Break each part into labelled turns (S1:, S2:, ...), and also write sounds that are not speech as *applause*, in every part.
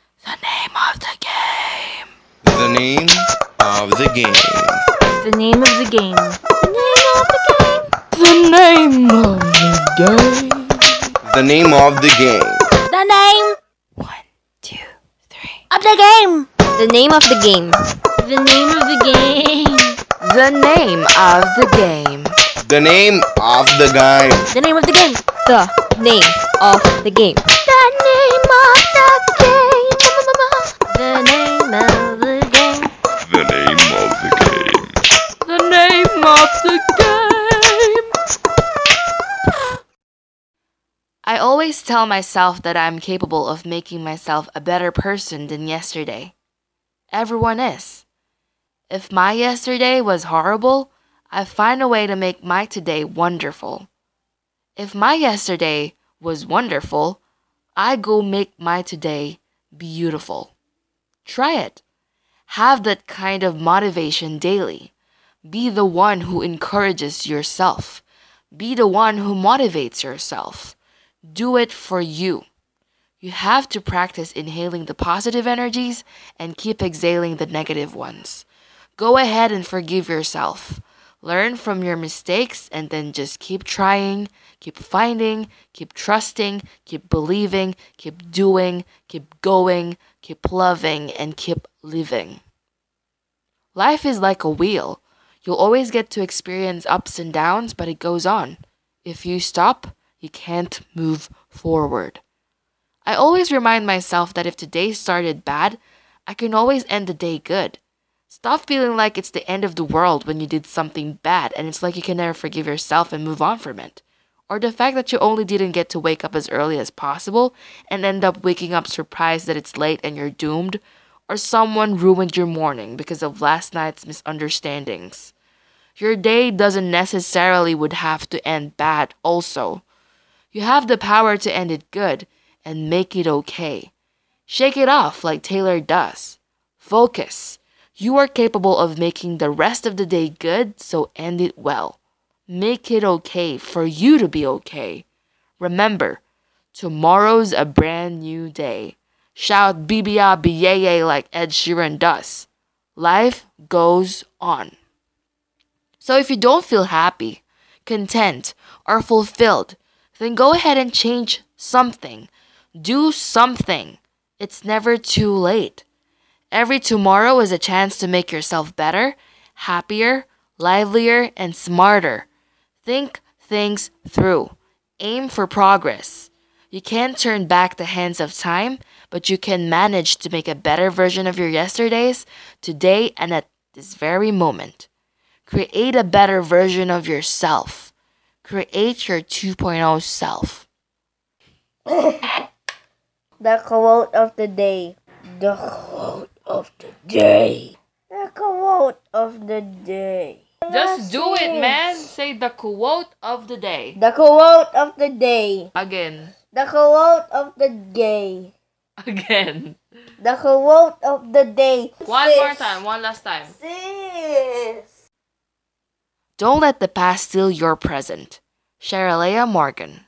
S1: The name of the game.
S2: The name of the game.
S3: The name of the game.
S1: The name of the game.
S2: The name of the game.
S3: The name
S1: One, two, three.
S3: of the game. The name of the game. The name of the game.
S1: The name of the game.
S2: The name of the game.
S3: The name of the game. The name of the game. The name of the game. The name of the game.
S4: The name of the game.
S1: The name of the game. I always tell myself that I'm capable of making myself a better person than yesterday. Everyone is. If my yesterday was horrible, I find a way to make my today wonderful. If my yesterday was wonderful, I go make my today beautiful. Try it. Have that kind of motivation daily. Be the one who encourages yourself. Be the one who motivates yourself. Do it for you. You have to practice inhaling the positive energies and keep exhaling the negative ones. Go ahead and forgive yourself. Learn from your mistakes and then just keep trying, keep finding, keep trusting, keep believing, keep doing, keep going, keep loving, and keep living. Life is like a wheel. You'll always get to experience ups and downs, but it goes on. If you stop, you can't move forward. I always remind myself that if today started bad, I can always end the day good. Stop feeling like it's the end of the world when you did something bad and it's like you can never forgive yourself and move on from it. Or the fact that you only didn't get to wake up as early as possible and end up waking up surprised that it's late and you're doomed. Or someone ruined your morning because of last night's misunderstandings. Your day doesn't necessarily would have to end bad also. You have the power to end it good and make it okay. Shake it off like Taylor does. Focus. You are capable of making the rest of the day good, so end it well. Make it okay for you to be okay. Remember, tomorrow's a brand new day. Shout BBRBYA like Ed Sheeran does. Life goes on. So if you don't feel happy, content, or fulfilled, then go ahead and change something. Do something. It's never too late. Every tomorrow is a chance to make yourself better, happier, livelier, and smarter. Think things through. Aim for progress. You can't turn back the hands of time, but you can manage to make a better version of your yesterdays, today, and at this very moment. Create a better version of yourself. Create your 2.0 self.
S5: The quote of the day. The quote of the day. The quote of the day.
S1: Just do it, man. Say the quote of the day.
S5: The quote of the day.
S1: Again. *laughs*
S5: The quote of the day.
S1: Again.
S5: The quote of the day.
S1: One more time. One last time.
S5: Sis.
S1: Don't let the past steal your present. Sherilea Morgan.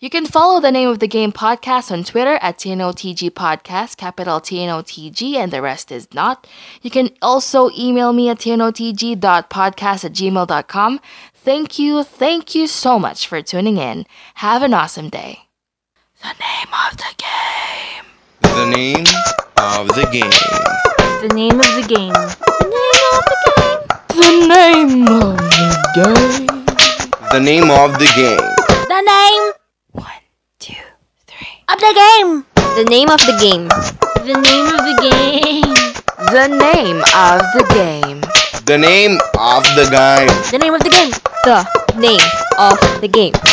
S1: You can follow the Name of the Game podcast on Twitter at TNOTG Podcast, capital TNOTG, and the rest is not. You can also email me at TNOTG.podcast at gmail.com. Thank you, thank you so much for tuning in. Have an awesome day. The name of the game.
S2: The name of the game.
S3: The name of the game.
S1: The name of the game.
S2: The name of the game.
S3: The name
S1: One, two, three.
S3: of the game. The name of the game. The name of the game.
S1: The name of the game.
S2: The name of the game.
S3: The name of the game. The name of the game.